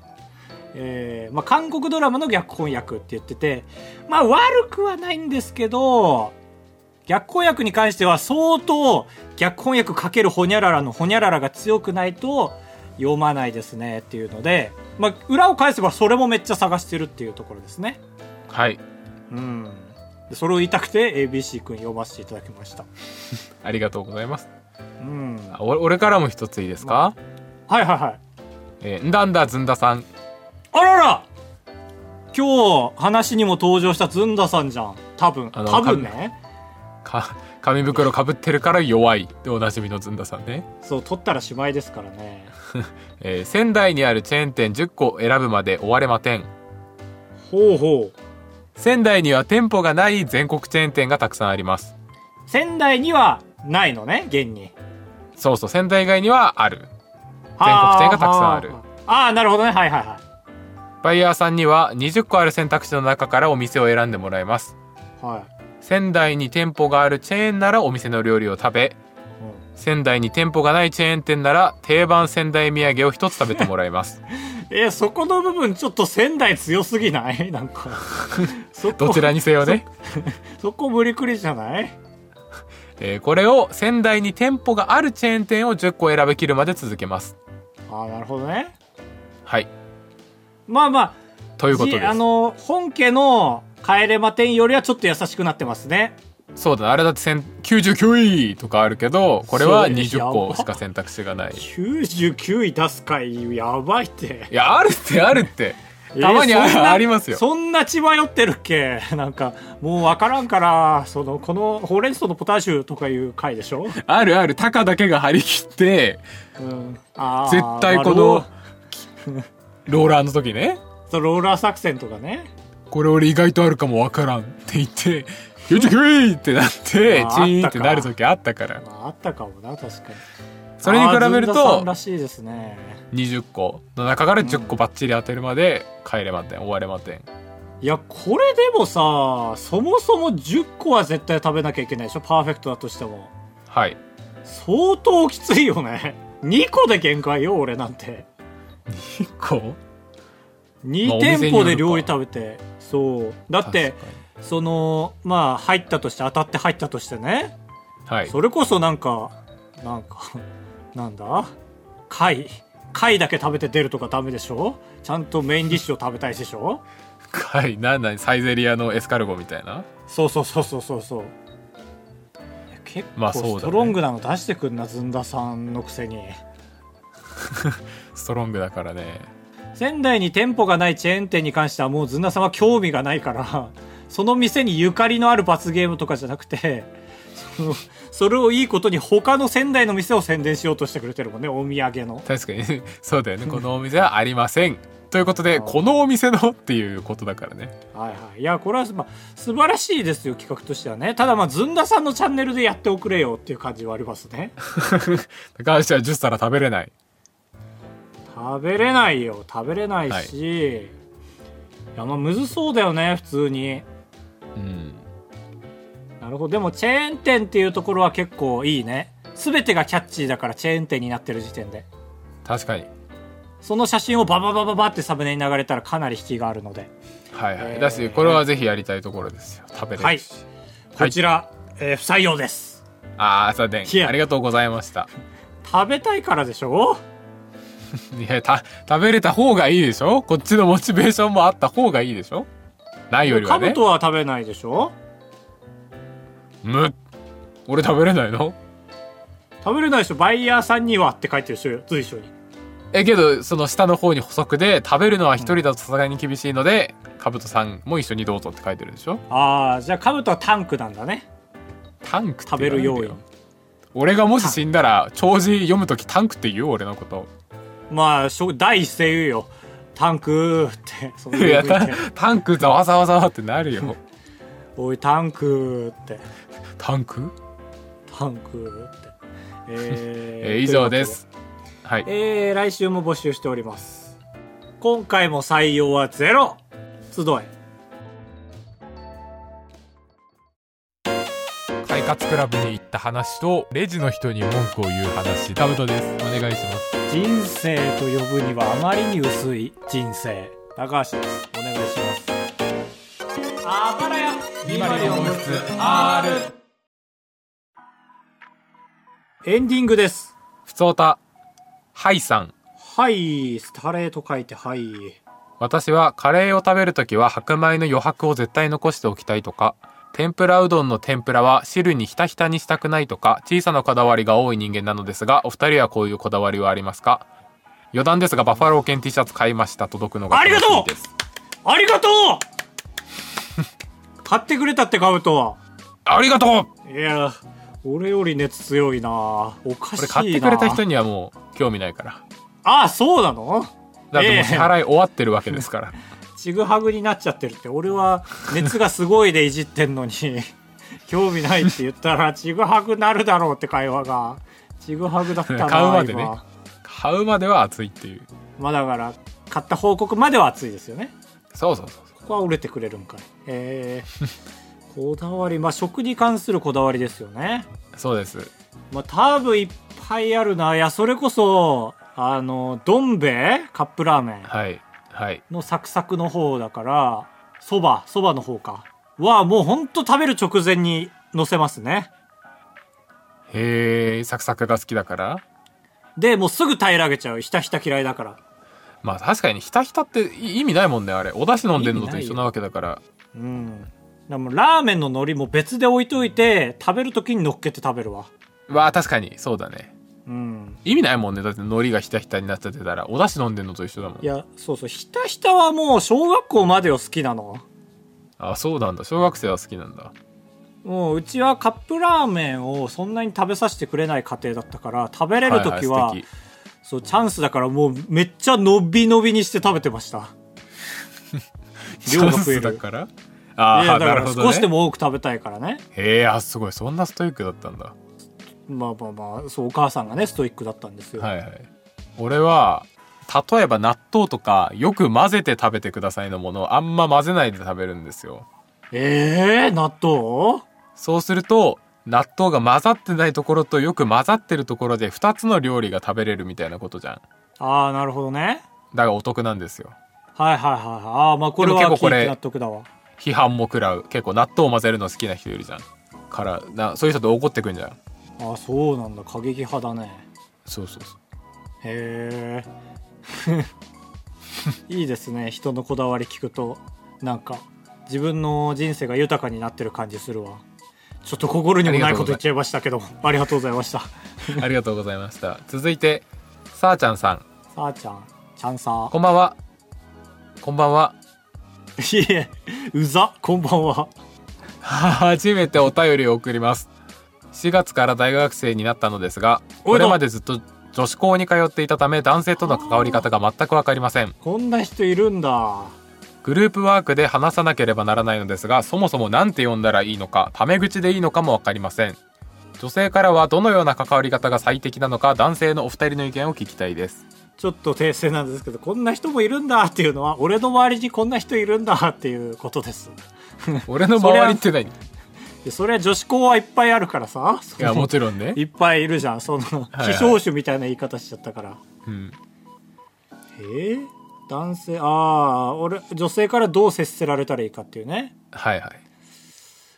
S2: えー、まあ、韓国ドラマの逆翻訳って言ってて、まあ、悪くはないんですけど、逆翻訳に関しては相当逆翻訳かけるほにゃららのほにゃららが強くないと読まないですねっていうので、まあ、裏を返せばそれもめっちゃ探してるっていうところですね。
S1: はい
S2: うん。でそれを言いたくて ABC 君読ませていただきました。
S1: ありがとうございます
S2: うん。
S1: あお俺からも一ついいですか、
S2: はいはいはい。
S1: えー、んだんだずんださん
S2: あらら今日話にも登場したずんださんじゃん多分
S1: あの
S2: 多分ね
S1: か紙袋かぶってるから弱いでおなじみのずんださんね、
S2: そう取ったらしまいですからね
S1: えー仙台にあるチェーン店10個選ぶまで終われまてん
S2: ほうほう
S1: 仙台には店舗がない全国チェーン店がたくさんあります
S2: 仙台にはないのね現に
S1: そうそう仙台以外にはある
S2: 全
S1: 全国店がたくさんある
S2: ああーなるほどねはいはいは
S1: バイヤーさんには20個ある選択肢の中からお店を選んでもらえます
S2: いは
S1: 仙台に店舗があるチェーンならお店の料理を食べ
S2: い、
S1: 仙台に店舗がないチェーン店なら定番仙台土産を一つ食べてもらえます
S2: [laughs] うん、えそこの部分ちょっと仙台強すぎない [laughs] なんかそこ
S1: どちらにせよね、
S2: そこ無理くりじゃない
S1: えーこれを仙台に店舗があるチェーン店を10個選びきるまで続けます
S2: ああなるほどね
S1: はい
S2: まあまあ
S1: ということ
S2: じ
S1: です
S2: あの本家の帰れま店よりはちょっと優しくなってますね
S1: そうだあれだってせん99位とかあるけどこれは
S2: そうです
S1: 20
S2: よ
S1: 個しか選択肢がない
S2: 99位出すかいやばいって
S1: いやあるってあるって [laughs] たまにあ,、
S2: えーそんな
S1: りますよ
S2: そんな血迷ってるっけ [laughs] なんかもう分からんからそのこのほうれん草のポタージュとかいう回で
S1: [laughs]
S2: しょ、
S1: あるある高だけが張り切って
S2: うん、あー
S1: 絶対こ
S2: ま
S1: の
S2: あ
S1: ローラーの時ね
S2: ローローラー作戦とかね
S1: これ俺意外とあるかもわからんって言って「99位!」ってなって
S2: あ
S1: チーン
S2: あ
S1: っ
S2: った
S1: て
S2: か
S1: なる時あったから
S2: まああったかもな確かに
S1: それに比べる
S2: あーずんださ
S1: と
S2: んらしいですね
S1: 20個の中から10個バッチリ当てるまで帰れまてん終われまてん
S2: いやこれでもさそもそも10個は絶対食べなきゃいけないでしょパーフェクトだとしても
S1: はい
S2: 相当きついよね2 [laughs] 個で限界よ俺なんて
S1: 1個まあ
S2: 2
S1: お店に
S2: 店
S1: よ
S2: 舗
S1: るか
S2: で料理食べてそうだってそのまあ入ったとして当たって入ったとしてね、
S1: はい
S2: それこそなんかなんか [laughs] なんだ貝貝だけ食べて出るとかダメでしょちゃんとメインディッシュを食べたいでしょ
S1: はいなんなんサイゼリアのエスカルゴみたいな
S2: そうそうそうそうそうそういや結
S1: ま
S2: 構
S1: あそうだね
S2: ストロングなの出してくんなずんださんのくせに
S1: ストロングだからね
S2: 仙台に店舗がないチェーン店に関してはもうずんださんは興味がないからその店にゆかりのある罰ゲームとかじゃなくてそのそれをいいことに他の仙台の店を宣伝しようとしてくれてるもんねお土産の
S1: 確かに [laughs] そうだよねこのお店はありませんということでこのお店のっていうことだからね
S2: はいはいいやこれは、まあ、素晴らしいですよ企画としてはねただまあずんださんのチャンネルでやっておくれよっていう感じはありますね
S1: 高橋は10皿食べれない
S2: 食べれないよ食べれないし、
S1: はい
S2: い、やまあむずそうだよね普通に
S1: うん
S2: なるほどでもチェーン店っていうところは結構いいね全てがキャッチーだからチェーン店になってる時点で
S1: 確かに
S2: その写真をバババババってサムネに流れたらかなり引きがあるので
S1: はいはい、
S2: えー
S1: だしこれはぜひやりたいところですよ食べれるし、
S2: こちら、えー不採用です
S1: ああサデ
S2: いや
S1: ンありがとうございました
S2: 食べたいからでしょ
S1: いやた食べれた方がいいでしょこっちのモチベーションもあった方がいいでしょないより
S2: カ
S1: は
S2: ブ
S1: ね
S2: トは食べないでしょ
S1: むっ俺食べれないの
S2: 食べれないでしょバイヤーさんにはって書いてるでしょ随所に
S1: えけどその下の方に補足で食べるのは一人だとさすがに厳しいので、カブトさんも一緒にどうぞって書いてるでしょ
S2: ああじゃあカブトはタンクなんだね
S1: タンクって
S2: 食べる
S1: 言わない
S2: 要
S1: で
S2: 因
S1: よ俺がもし死んだら長寿読む時タンクって言う俺のこと
S2: まあしょ第一声言うよタンクーってその
S1: [laughs] いや
S2: 上向
S1: タ
S2: いて
S1: タンクざわざわざわってなるよ
S2: おいタンクーって
S1: [laughs] タンク
S2: タンク
S1: [laughs]
S2: ーってえ
S1: えー以上ですはい
S2: えー来週も募集しております今回も採用はゼロ集え
S1: 快活クラブに行った話とレジの人に文句を言う話カブトですお願いします
S2: 人生と呼ぶにはあまりに薄い人生高橋ですお願いしますあばらやエンディングです
S1: ふつおたはいさん
S2: はいスタレーと書いてはい
S1: 私はカレーを食べるときは白米の余白を絶対残しておきたいとか天ぷらうどんの天ぷらは汁にひたひたにしたくないとか小さなこだわりが多い人間なのですがお二人はこういうこだわりはありますか余談ですがバッファロー犬 T シャツ買いました届くのが楽しみです
S2: あり
S1: [laughs]
S2: がとう買ってくれたってカブト
S1: ありがとう
S2: いや俺より熱強いなおかし
S1: こ
S2: いな
S1: れ買ってくれた人にはもう興味ないから
S2: ああそうなの
S1: だっても
S2: ええ
S1: う支払い終わってるわけですから、
S2: ちぐはぐになっちゃってるって俺は熱がすごいでいじってんのに [laughs] 興味ないって言ったらちぐはぐなるだろうって会話がちぐはぐだったな
S1: 買うまでね
S2: 今
S1: 買うまでは熱いっていう
S2: まあだから買った報告までは熱いですよね
S1: そうそうそうそう
S2: ここは折れてくれるんかいえ
S1: [laughs]
S2: ーこだわりまあ食に関するこだわりですよね
S1: そうです
S2: まあ多分いっぱいあるないやそれこそあのどん兵衛カップラーメン
S1: はいはい
S2: のサクサクの方だからそばそばの方かはもうほんと食べる直前にのせますね
S1: へえサクサクが好きだから
S2: でもうすぐ平らげちゃうひたひた嫌いだから
S1: まあ確かにひたひたってい意味ないもんねあれお出汁飲んでるのと一緒なわけだから
S2: うんだからもうラーメンの海苔も別で置いといて食べる時に乗っけて食べるわ
S1: わあ確かにそうだね
S2: うん
S1: 意味ないもんねだって海苔がひたひたになっちゃってたらお出汁飲んでるのと一緒だもん
S2: いやそうそうひたひたはもう小学校までを好きなの
S1: あそうなんだ小学生は好きなんだ
S2: もううちはカップラーメンをそんなに食べさせてくれない家庭だったから食べれる時は、
S1: いい素敵
S2: そうチャンスだからもうめっちゃ伸び伸びにして食べてま
S1: [laughs]
S2: した量が増える
S1: チャンスだからあ
S2: いや
S1: あ
S2: だか
S1: なる
S2: ら
S1: ほど、ね、
S2: 少しでも多く食べたいからね
S1: へえあすごいそんなストイックだったんだ
S2: まあまあまあそうお母さんがねストイックだったんですよ、
S1: はいはい俺は例えば納豆とかよく混ぜて食べてくださいのものをあんま混ぜないで食べるんですよ
S2: ええ納豆
S1: そうすると納豆が混ざってないところとよく混ざってるところで2つの料理が食べれるみたいなことじゃんだか
S2: ああなるほどね
S1: らお得なんですよ
S2: はいはいはいはいああまあこれは
S1: でも
S2: 聞
S1: 結構こ
S2: い
S1: れ
S2: て納得だわ
S1: 批判も食らう結構納豆を混ぜるの好きな人いるじゃんからなそういう人と怒ってくんじゃん
S2: ああそうなんだ過激派だね
S1: そうそうそう
S2: へえ [laughs] いいですね人のこだわり聞くとなんか自分の人生が豊かになってる感じするわちょっと心にもないこと言っちゃいましたけどもありがとうございましたさ
S1: ありがとうございました続いてさあちゃんさん
S2: あちゃんちゃんさん
S1: こんばんはこんばんはい [laughs]
S2: え、うざ、こんばんは。
S1: 初めてお便りを送ります4月から大学生になったのですが
S2: お
S1: こ
S2: めでとう
S1: れまでずっと女子校に通っていたため男性との関わり方が全く分かりません
S2: こんな人いるんだ。
S1: グループワークで話さなければならないのですがそもそも何て呼んだらいいのかタメ口でいいのかも分かりません女性からはどのような関わり方が最適なのか男性のお二人の意見を聞きたいです
S2: ちょっと訂正なんですけど、こんな人もいるんだっていうのは、 [laughs] 俺の周りにこんな人いるんだっていうことです。
S1: [laughs] 俺の周りって何
S2: でそれは女子校はいっぱいあるからさその
S1: いやもちろんね
S2: いっぱいいるじゃんその
S1: はい
S2: 希少種みたいな言い方しちゃったから
S1: うん
S2: えー男性ああ俺女性からどう接せられたらいいかっていうね
S1: はいはい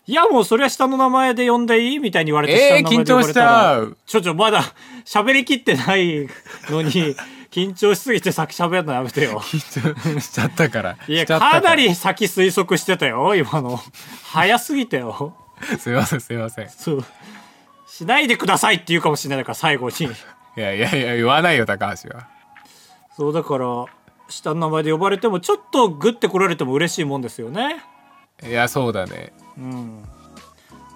S2: いやもうそりゃ下の名前で呼んでいいみたいに言われて
S1: えー
S2: 下の名前で呼ばれたら
S1: 緊張しちゃう
S2: ちょちょまだ [laughs] 喋りきってないの
S1: [laughs]
S2: に緊張しすぎて先喋るのやめてよ
S1: 緊張しちゃったから
S2: いや
S1: しちゃった
S2: からなり先推測してたよ今の早すぎたよ
S1: すいませんすいませんい
S2: そうしないでくださいって言うかもしれないから最後に
S1: やいやいや言わないよ高橋は
S2: そうだから下の名前で呼ばれてもちょっとグッて来られても嬉しいもんですよね
S1: いやそうだね
S2: うん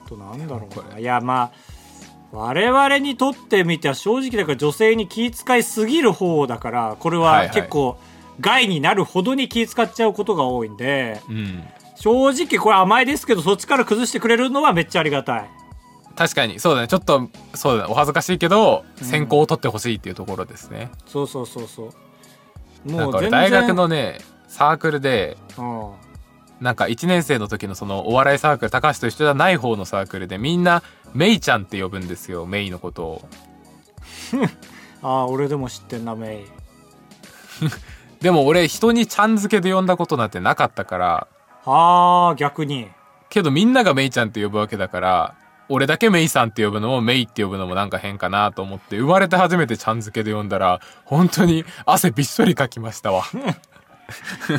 S2: あとなんだろうないやまあ我々にとってみては正直だから女性に気遣いすぎる方だからこれ
S1: はい
S2: は
S1: はい
S2: 結構害になるほどに気遣っちゃうことが多いんで
S1: うん
S2: 正直これ甘いですけどそっちから崩してくれるのはめっちゃありがたい
S1: 確かにそうだねちょっとそうだねお恥ずかしいけど選考を取ってほしいっていうところですね、
S2: そうそうそうそう
S1: なん
S2: も
S1: か
S2: う
S1: 俺
S2: 全然
S1: 大学のねサークルで
S2: うん
S1: なんか1年生の時のそのお笑いサークル高橋と一緒じゃない方のサークルでみんなメイちゃんって呼ぶんですよメイのことを
S2: ああ俺でも知ってんなメイ
S1: でも俺人にちゃん付けで呼んだことなんてなかったから
S2: ああ逆に
S1: けどみんながメイちゃんって呼ぶわけだから俺だけメイさんって呼ぶのもメイって呼ぶのもなんか変かなと思って生まれて初めてちゃん付けで呼んだら本当に汗びっしょりかきましたわ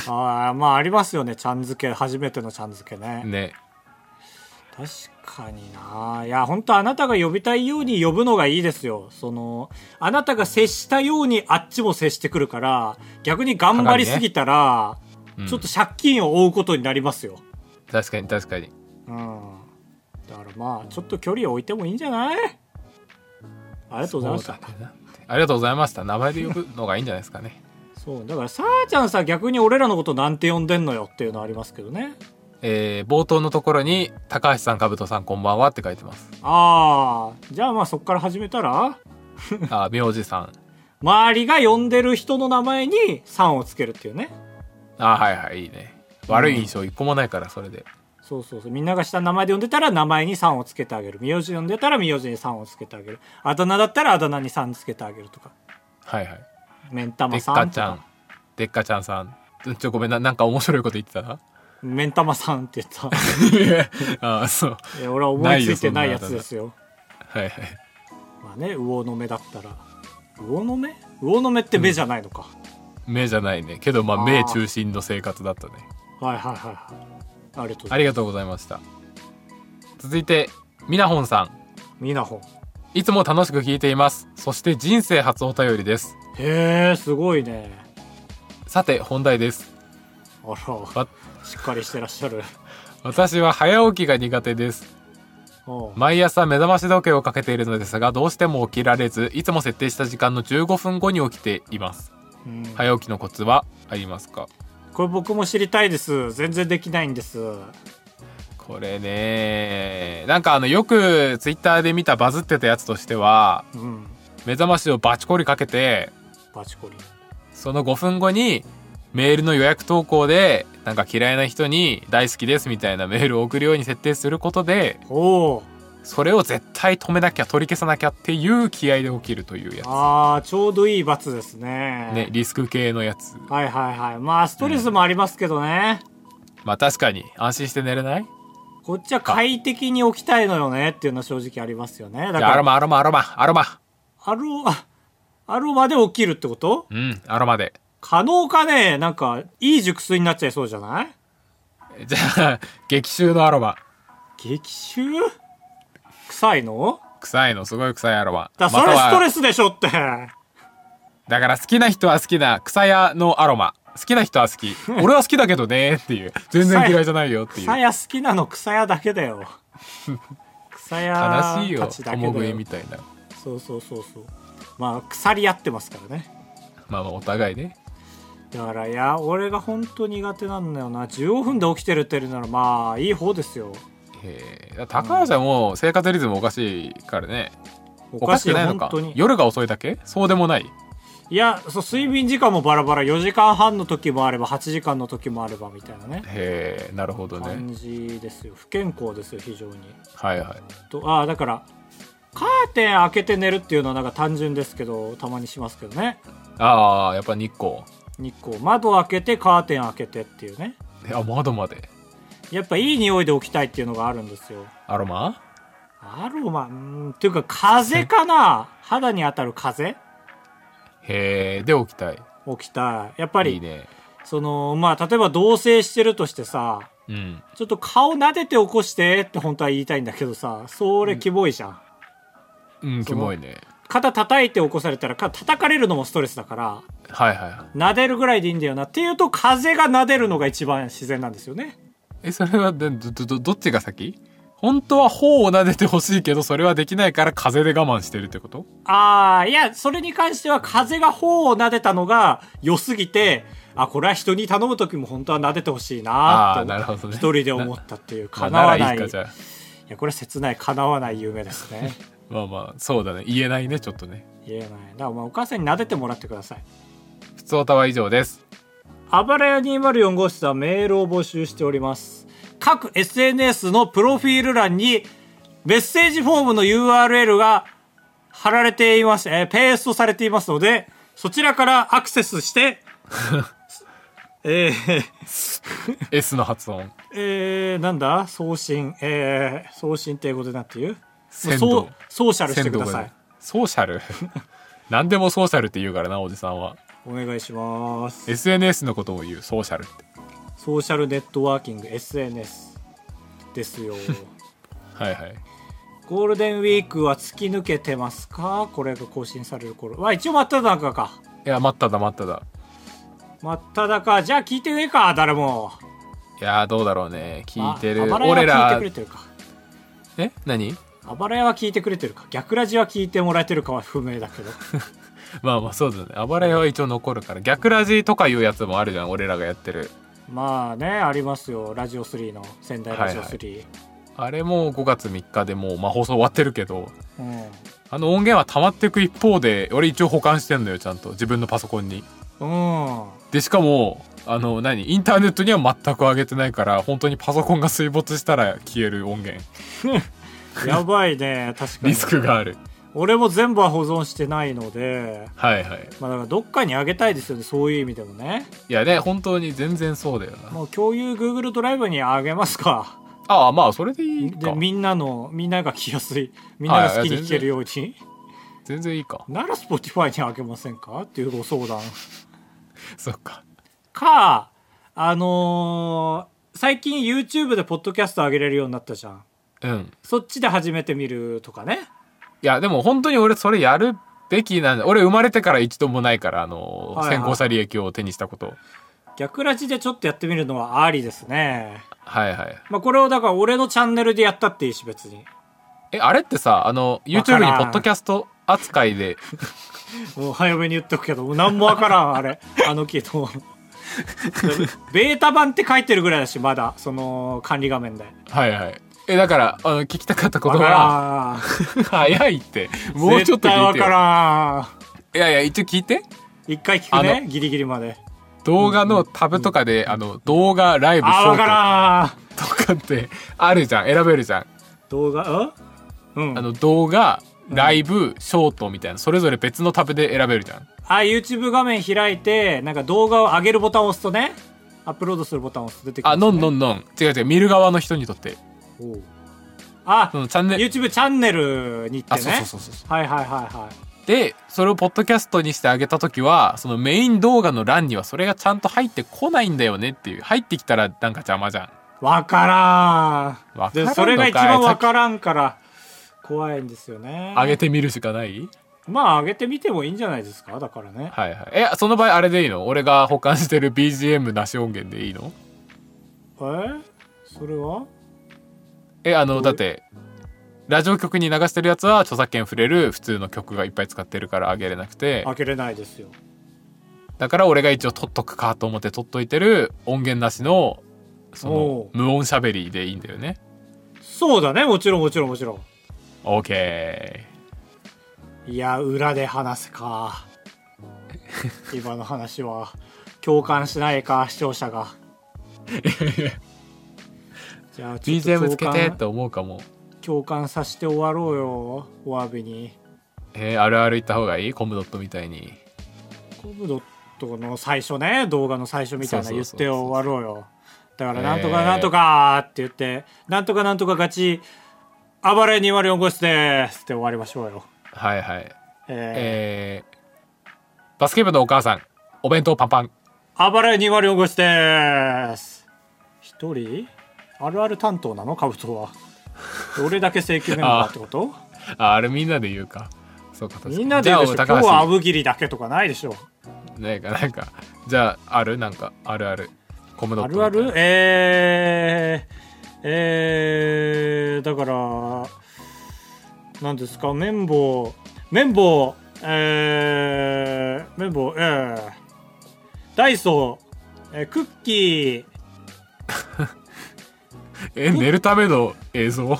S2: ああまあありますよねちゃん付け初めてのちゃん付け [laughs] ね
S1: ね
S2: 確かにないや本当あなたが呼びたいように呼ぶのがいいですよそのあなたが接したようにあっちも接してくるから逆に頑張りすぎたら、
S1: ねうん
S2: ちょっと借金を負うことになりますよ
S1: 確かに確かに
S2: うんだからまあちょっと距離を置いてもいいんじゃないありがとうございました
S1: そうだねありがとうございました名前で呼ぶのがいいんじゃないですかね
S2: そうだからさあちゃんさ逆に俺らのことなんて呼んでんのよっていうのありますけどね
S1: えー冒頭のところに「高橋さんかぶとさんこんばんは」って書いて
S2: [laughs]
S1: ます
S2: ああじゃあまあそっから始めたら
S1: あー名字さん
S2: 周りが呼んでる人の名前に「さん」をつけるっていうね
S1: あーはいはいいいね悪い印象一個もないからそれで、
S2: そうそうそうみんなが下の名前で呼んでたら名前に「さん」をつけてあげる名字呼んでたら名字に「さん」をつけてあげるあだ名だったらあだ名に「さん」つけてあげるとか
S1: はいはい
S2: 目ん玉
S1: でっ
S2: さ
S1: か
S2: ん
S1: ち
S2: と
S1: ゃ
S2: か
S1: んでっかちゃんさんちょごめんななんか面白いこと言ってた
S2: [laughs]
S1: な [laughs]
S2: 目ん玉さんって言った [laughs]
S1: いやあーそう
S2: いや俺は思いついてないやつですよ
S1: はいはい
S2: まあね魚の目だったら魚の目魚の目って目じゃないのか、
S1: 目じゃないねけどまあ
S2: あー
S1: 目中心の生活だったね
S2: はいはいはいはいありがとうござ
S1: あ
S2: い
S1: り
S2: ま
S1: がとうございました続いてみなほんさん
S2: すみなほん
S1: いつも楽しく聞いていますそして人生初お便りです
S2: へえすごいね
S1: さて本題です
S2: あ
S1: わ
S2: らしっかりしてらっしゃる
S1: 私は早起きが苦手です
S2: おう
S1: 毎朝目覚まし時計をかけているのですがどうしても起きられずいつも設定した時間の15分後に起きています
S2: うん
S1: 早起きのコツはありますか
S2: これ僕も知りたいです全然できないんです
S1: これねなんかあのよくツイッターで見たバズってたやつとしては
S2: うん
S1: 目覚ましをバチコリかけて
S2: バチコリ
S1: その5分後にメールの予約投稿でなんか嫌いな人に大好きですみたいなメールを送るように設定することで
S2: おお
S1: それを絶対止めなきゃ取り消さなきゃっていう気合で起きるというや
S2: あーちょうどいい罰です
S1: つね
S2: ね
S1: リスク系のやつ
S2: はいはいはいまあストレスもありますけどね、
S1: まあ確かに安心して寝れない
S2: こっちは快適に起きたいのよねっていうのは正直ありますよね
S1: じ
S2: だか
S1: ゃあアロ
S2: ら
S1: マアロマアロマアロマ
S2: アロあアロマで起きるってこと
S1: うんアロマで [laughs]
S2: 可能かねなんかいい熟睡になっちゃいそうじゃない
S1: じゃあ激臭のアロマ
S2: 激臭臭いの
S1: 臭いのすごい臭いアロマ
S2: だ
S1: また
S2: それス
S1: は
S2: トレスでしょって
S1: だから好きな人は好きな草屋のアロマ好きな人は好き俺は好きだけどねっていう全然嫌いじゃないよっていう
S2: 草屋好きなの草屋だけ
S1: [laughs]
S2: だよ草屋
S1: 悲しいよ
S2: たちだけ
S1: 共
S2: だ
S1: 食い
S2: よ
S1: みたいな
S2: そうそうそうそうまあ腐り合ってますからね
S1: まあまあお互いね
S2: だからいや俺が本当苦手なんだよな15分で起きてるっていうならまあいい方ですよ
S1: えー高橋はもう生活リズムおかしいからね、
S2: お
S1: お
S2: か
S1: か
S2: し
S1: し
S2: い
S1: く
S2: よ
S1: ないの
S2: 本
S1: か
S2: 当に
S1: 夜が遅いだけそうでもない
S2: いやそう睡眠時間もバラバラ4時間半の時もあれば8時間の時もあればみたいなね
S1: へえなるほどね
S2: 感じですよ不健康ですよ非常に
S1: はいはい
S2: とああだからカーテン開けて寝るっていうのはなんか単純ですけどたまにしますけどね
S1: ああやっぱ日光
S2: 日光窓開けてカーテン開けてっていうね
S1: えあ窓まで
S2: やっぱいい匂いで起きたいっていうのがあるんですよ
S1: アロマ
S2: アロマうーんっていうか風か
S1: [laughs]
S2: な肌に当たる風
S1: へえで起きたい
S2: 起きたいやっぱり
S1: いいね
S2: そのまあ例えば同棲してるとしてさ
S1: うん
S2: ちょっと顔撫でて起こしてって本当は言いたいんだけどさそれキモいじゃん、
S1: うんキ
S2: その
S1: モいね
S2: 肩叩いて起こされたら肩叩かれるのもストレスだから
S1: はいはいはい
S2: 撫でるぐらいでいいんだよなっていうと風が撫でるのが一番自然なんですよね
S1: えそれはでどどどどっちが先本当は頬を撫でてほしいけどそれはできないから風邪で我慢してるってこと
S2: ああいやそれに関しては風が頬を撫でたのが良すぎてあこれは人に頼む時も本当は撫でてほしいな
S1: あ
S2: ー
S1: あ
S2: って
S1: なるほどね
S2: 一人で思ったっていう
S1: まあ
S2: 叶
S1: な
S2: わ
S1: ら
S2: な
S1: い
S2: い
S1: いかじゃあ
S2: いやこれは切ない叶わない夢ですね
S1: まあまあそうだね言えないねちょっとね
S2: 言えないだからまあお母さんに撫でてもらってください
S1: 普通タは以上
S2: [laughs]
S1: です
S2: あばらや204号室ではメールを募集しております。各 SNS のプロフィール欄にメッセージフォームの URL が貼られています、えーペーストされていますので、そちらからアクセスして、えー
S1: S の発音
S2: えーなんだ送信、えー送信って英語でなんて言う
S1: 鮮
S2: そう
S1: 度
S2: ソーシャルしてくだ
S1: 鮮度
S2: さ
S1: が
S2: い
S1: ね。ソーシャル [laughs] 何でもソーシャルって言うからなおじさんは
S2: お願いします。
S1: SNS のことを言うソーシャルって
S2: ソーシャルネットワーキング SNS ですよ。
S1: はいはい
S2: ゴールデンウィークは突き抜けてますかこれが更新される頃。わ、一応真っ只中か。
S1: いや待っただ待っただ
S2: 真っ只中。じゃあ聞いてねえか、誰も。
S1: いやーどうだろうね聞いて
S2: あ
S1: る
S2: あばら
S1: 俺
S2: やは聞いて
S1: ら
S2: くれてるか。
S1: え何
S2: あばらやは聞いてくれてるか。逆ラジは聞いてもらえてるかは不明だ
S1: [laughs]
S2: けど。
S1: まあまあそうだね暴れは一応残るから逆ラジとかいうやつもあるじゃん俺らがやってる
S2: まあね、ありますよ。ラジオ3の、仙台ラジオ3。
S1: あれも5月3日でもう、まあ、放送終わってるけど
S2: うん
S1: あの音源は溜まっていく一方で俺一応保管してんのよちゃんと自分のパソコンに
S2: うん。
S1: でしかもあの何インターネットには全く上げてないから本当にパソコンが水没したら消える音源
S2: やばい
S1: [laughs]
S2: ね、確かに。
S1: リスクがある
S2: 俺も全部は保存してないので、
S1: はいはい
S2: まあだからどっかにあげたいですよね、そういう意味でもね。
S1: いやね本当に全然そうだよな
S2: もう共有 Google ドライブにあげますか。
S1: ああまあそれでいい
S2: で
S1: か
S2: みんなのみんなが聞きやすい [laughs] みんなが好きに聞けるように
S1: 全然いいか
S2: なら Spotify にあげませんかっていうご相談
S1: そっか
S2: かあのー最近 YouTube でポッドキャストあげれるようになったじゃん
S1: うん
S2: そっちで始めてみるとかね
S1: いやでも本当に俺それやるべきなんだ俺生まれてから一度もないからあの、
S2: はいはい
S1: 先行者利益を手にしたこと
S2: 逆ラジでちょっとやってみるのはありですね
S1: はいはい
S2: まあこれをだから俺のチャンネルでやったっていいし別に
S1: えあれってさあの YouTube に
S2: わから
S1: ポ
S2: ん
S1: ッドキャスト扱いで [laughs]
S2: もう早めに言っとくけどもう何もわからんあれあの機
S1: [laughs]
S2: 能ベータ版って書いてるぐらいだしまだその管理画面で
S1: はいはいえだからあの聞きたかったこと
S2: わ
S1: が
S2: からん
S1: [laughs] 早いってもうちょっと
S2: 絶対
S1: 聞い
S2: わ
S1: て
S2: か
S1: よ
S2: ら
S1: いやいや一応聞いて
S2: ん。一回聞く
S1: あ
S2: ね
S1: の。
S2: ギリギリまで。
S1: 動画のタブとかで、あの動画ライブシ
S2: あ、
S1: ョ
S2: わからん。
S1: ートとかって [laughs] あるじゃん選べるじゃん
S2: 動画、うんう
S1: あ
S2: ん。
S1: の動画ライブショートみたいなそれぞれ別のタブで選べるじゃん
S2: あ、YouTube 画面開いて、なんか動画を上げるボタンを押すとね、アップロードするボタンを押すと出てくる、
S1: あのんの
S2: ん。
S1: んのん違う違う見る側の人にとって
S2: おうあ
S1: そ、のチャンネル
S2: YouTube チャンネルに行って
S1: あ
S2: ね。
S1: そうそうそうそう
S2: はいはいはいはい。
S1: でそれをポッドキャストにしてあげた時はそのメイン動画の欄にはそれがちゃんと入ってこないんだよねっていう入ってきたらなんか邪魔じゃん
S2: わからん。
S1: わからんのかい
S2: でそれが一番わからんから、怖いんですよね。
S1: 上げてみるしかない
S2: まあ、上げてみてもいいんじゃないですかだからね。
S1: はいはいえその場合あれでいいの俺が保管してる BGM なし音源でいいの
S2: えそれは
S1: えあのだってラジオ局に流してるやつは著作権触れる普通の曲がいっぱい使ってるからあげれなくて
S2: 開けれないですよ。
S1: だから俺が一応取っとくかと思って取っといてる音源なしのその
S2: おう
S1: 無音しゃべりでいいんだよね
S2: そうだね、もちろんもちろんもちろん。
S1: OK [laughs]
S2: いや、裏で話すか。今の話は共感しないか視聴者がじゃあちょっと
S1: BGM つけ
S2: 共
S1: てっ
S2: 感
S1: て思うかも
S2: 共感させて終わろうよお詫びに
S1: えー、あるある行った方がいいコムドットみたいに
S2: コブドットの最初ね動画の最初みたいな
S1: そうそ
S2: 言
S1: う
S2: っ
S1: そうそう
S2: て終わろうよだから
S1: えー
S2: 「なんとかなんとか」って言って「なんとかなんとか勝ち暴れ204号室です」って終わりましょうよ
S1: はいはいえ
S2: え
S1: ー、バスケ部のお母さんお弁当パンパン
S2: ー暴れ204号室です一人あるある担当なのカブトは俺だけ正規メンバーってこと
S1: ああれみんなで言うかそうか確かに
S2: みんなで言うでしょ
S1: じゃ
S2: 今
S1: あ
S2: 日
S1: 高橋
S2: はあぶ切りだけとかないでしょ
S1: なんかなんかじゃああるなんかあるあるコムドッ
S2: あ
S1: トみ
S2: る
S1: た
S2: あ
S1: いな
S2: るえー、えー、だから、なんですか、綿棒、綿棒、えー、綿棒、えー、ダイソー、えークッキー、
S1: え寝るための映像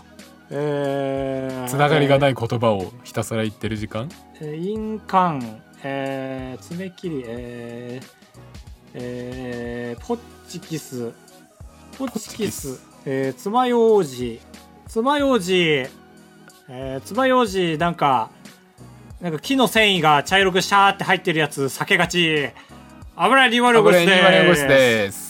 S2: えー、。
S1: つながりがないい言葉をひたすら言ってる時間
S2: えー、印鑑、えー、爪切り、えー、えー、ポッチキス、ポッチキス、えー、爪楊枝、爪楊枝、えー、爪楊枝、なんか、なんか木の繊維が茶色くシャーって入ってるやつ、避けがち。危ない204
S1: こ
S2: 号
S1: れ
S2: 室
S1: 204
S2: で
S1: 号
S2: す。
S1: 室です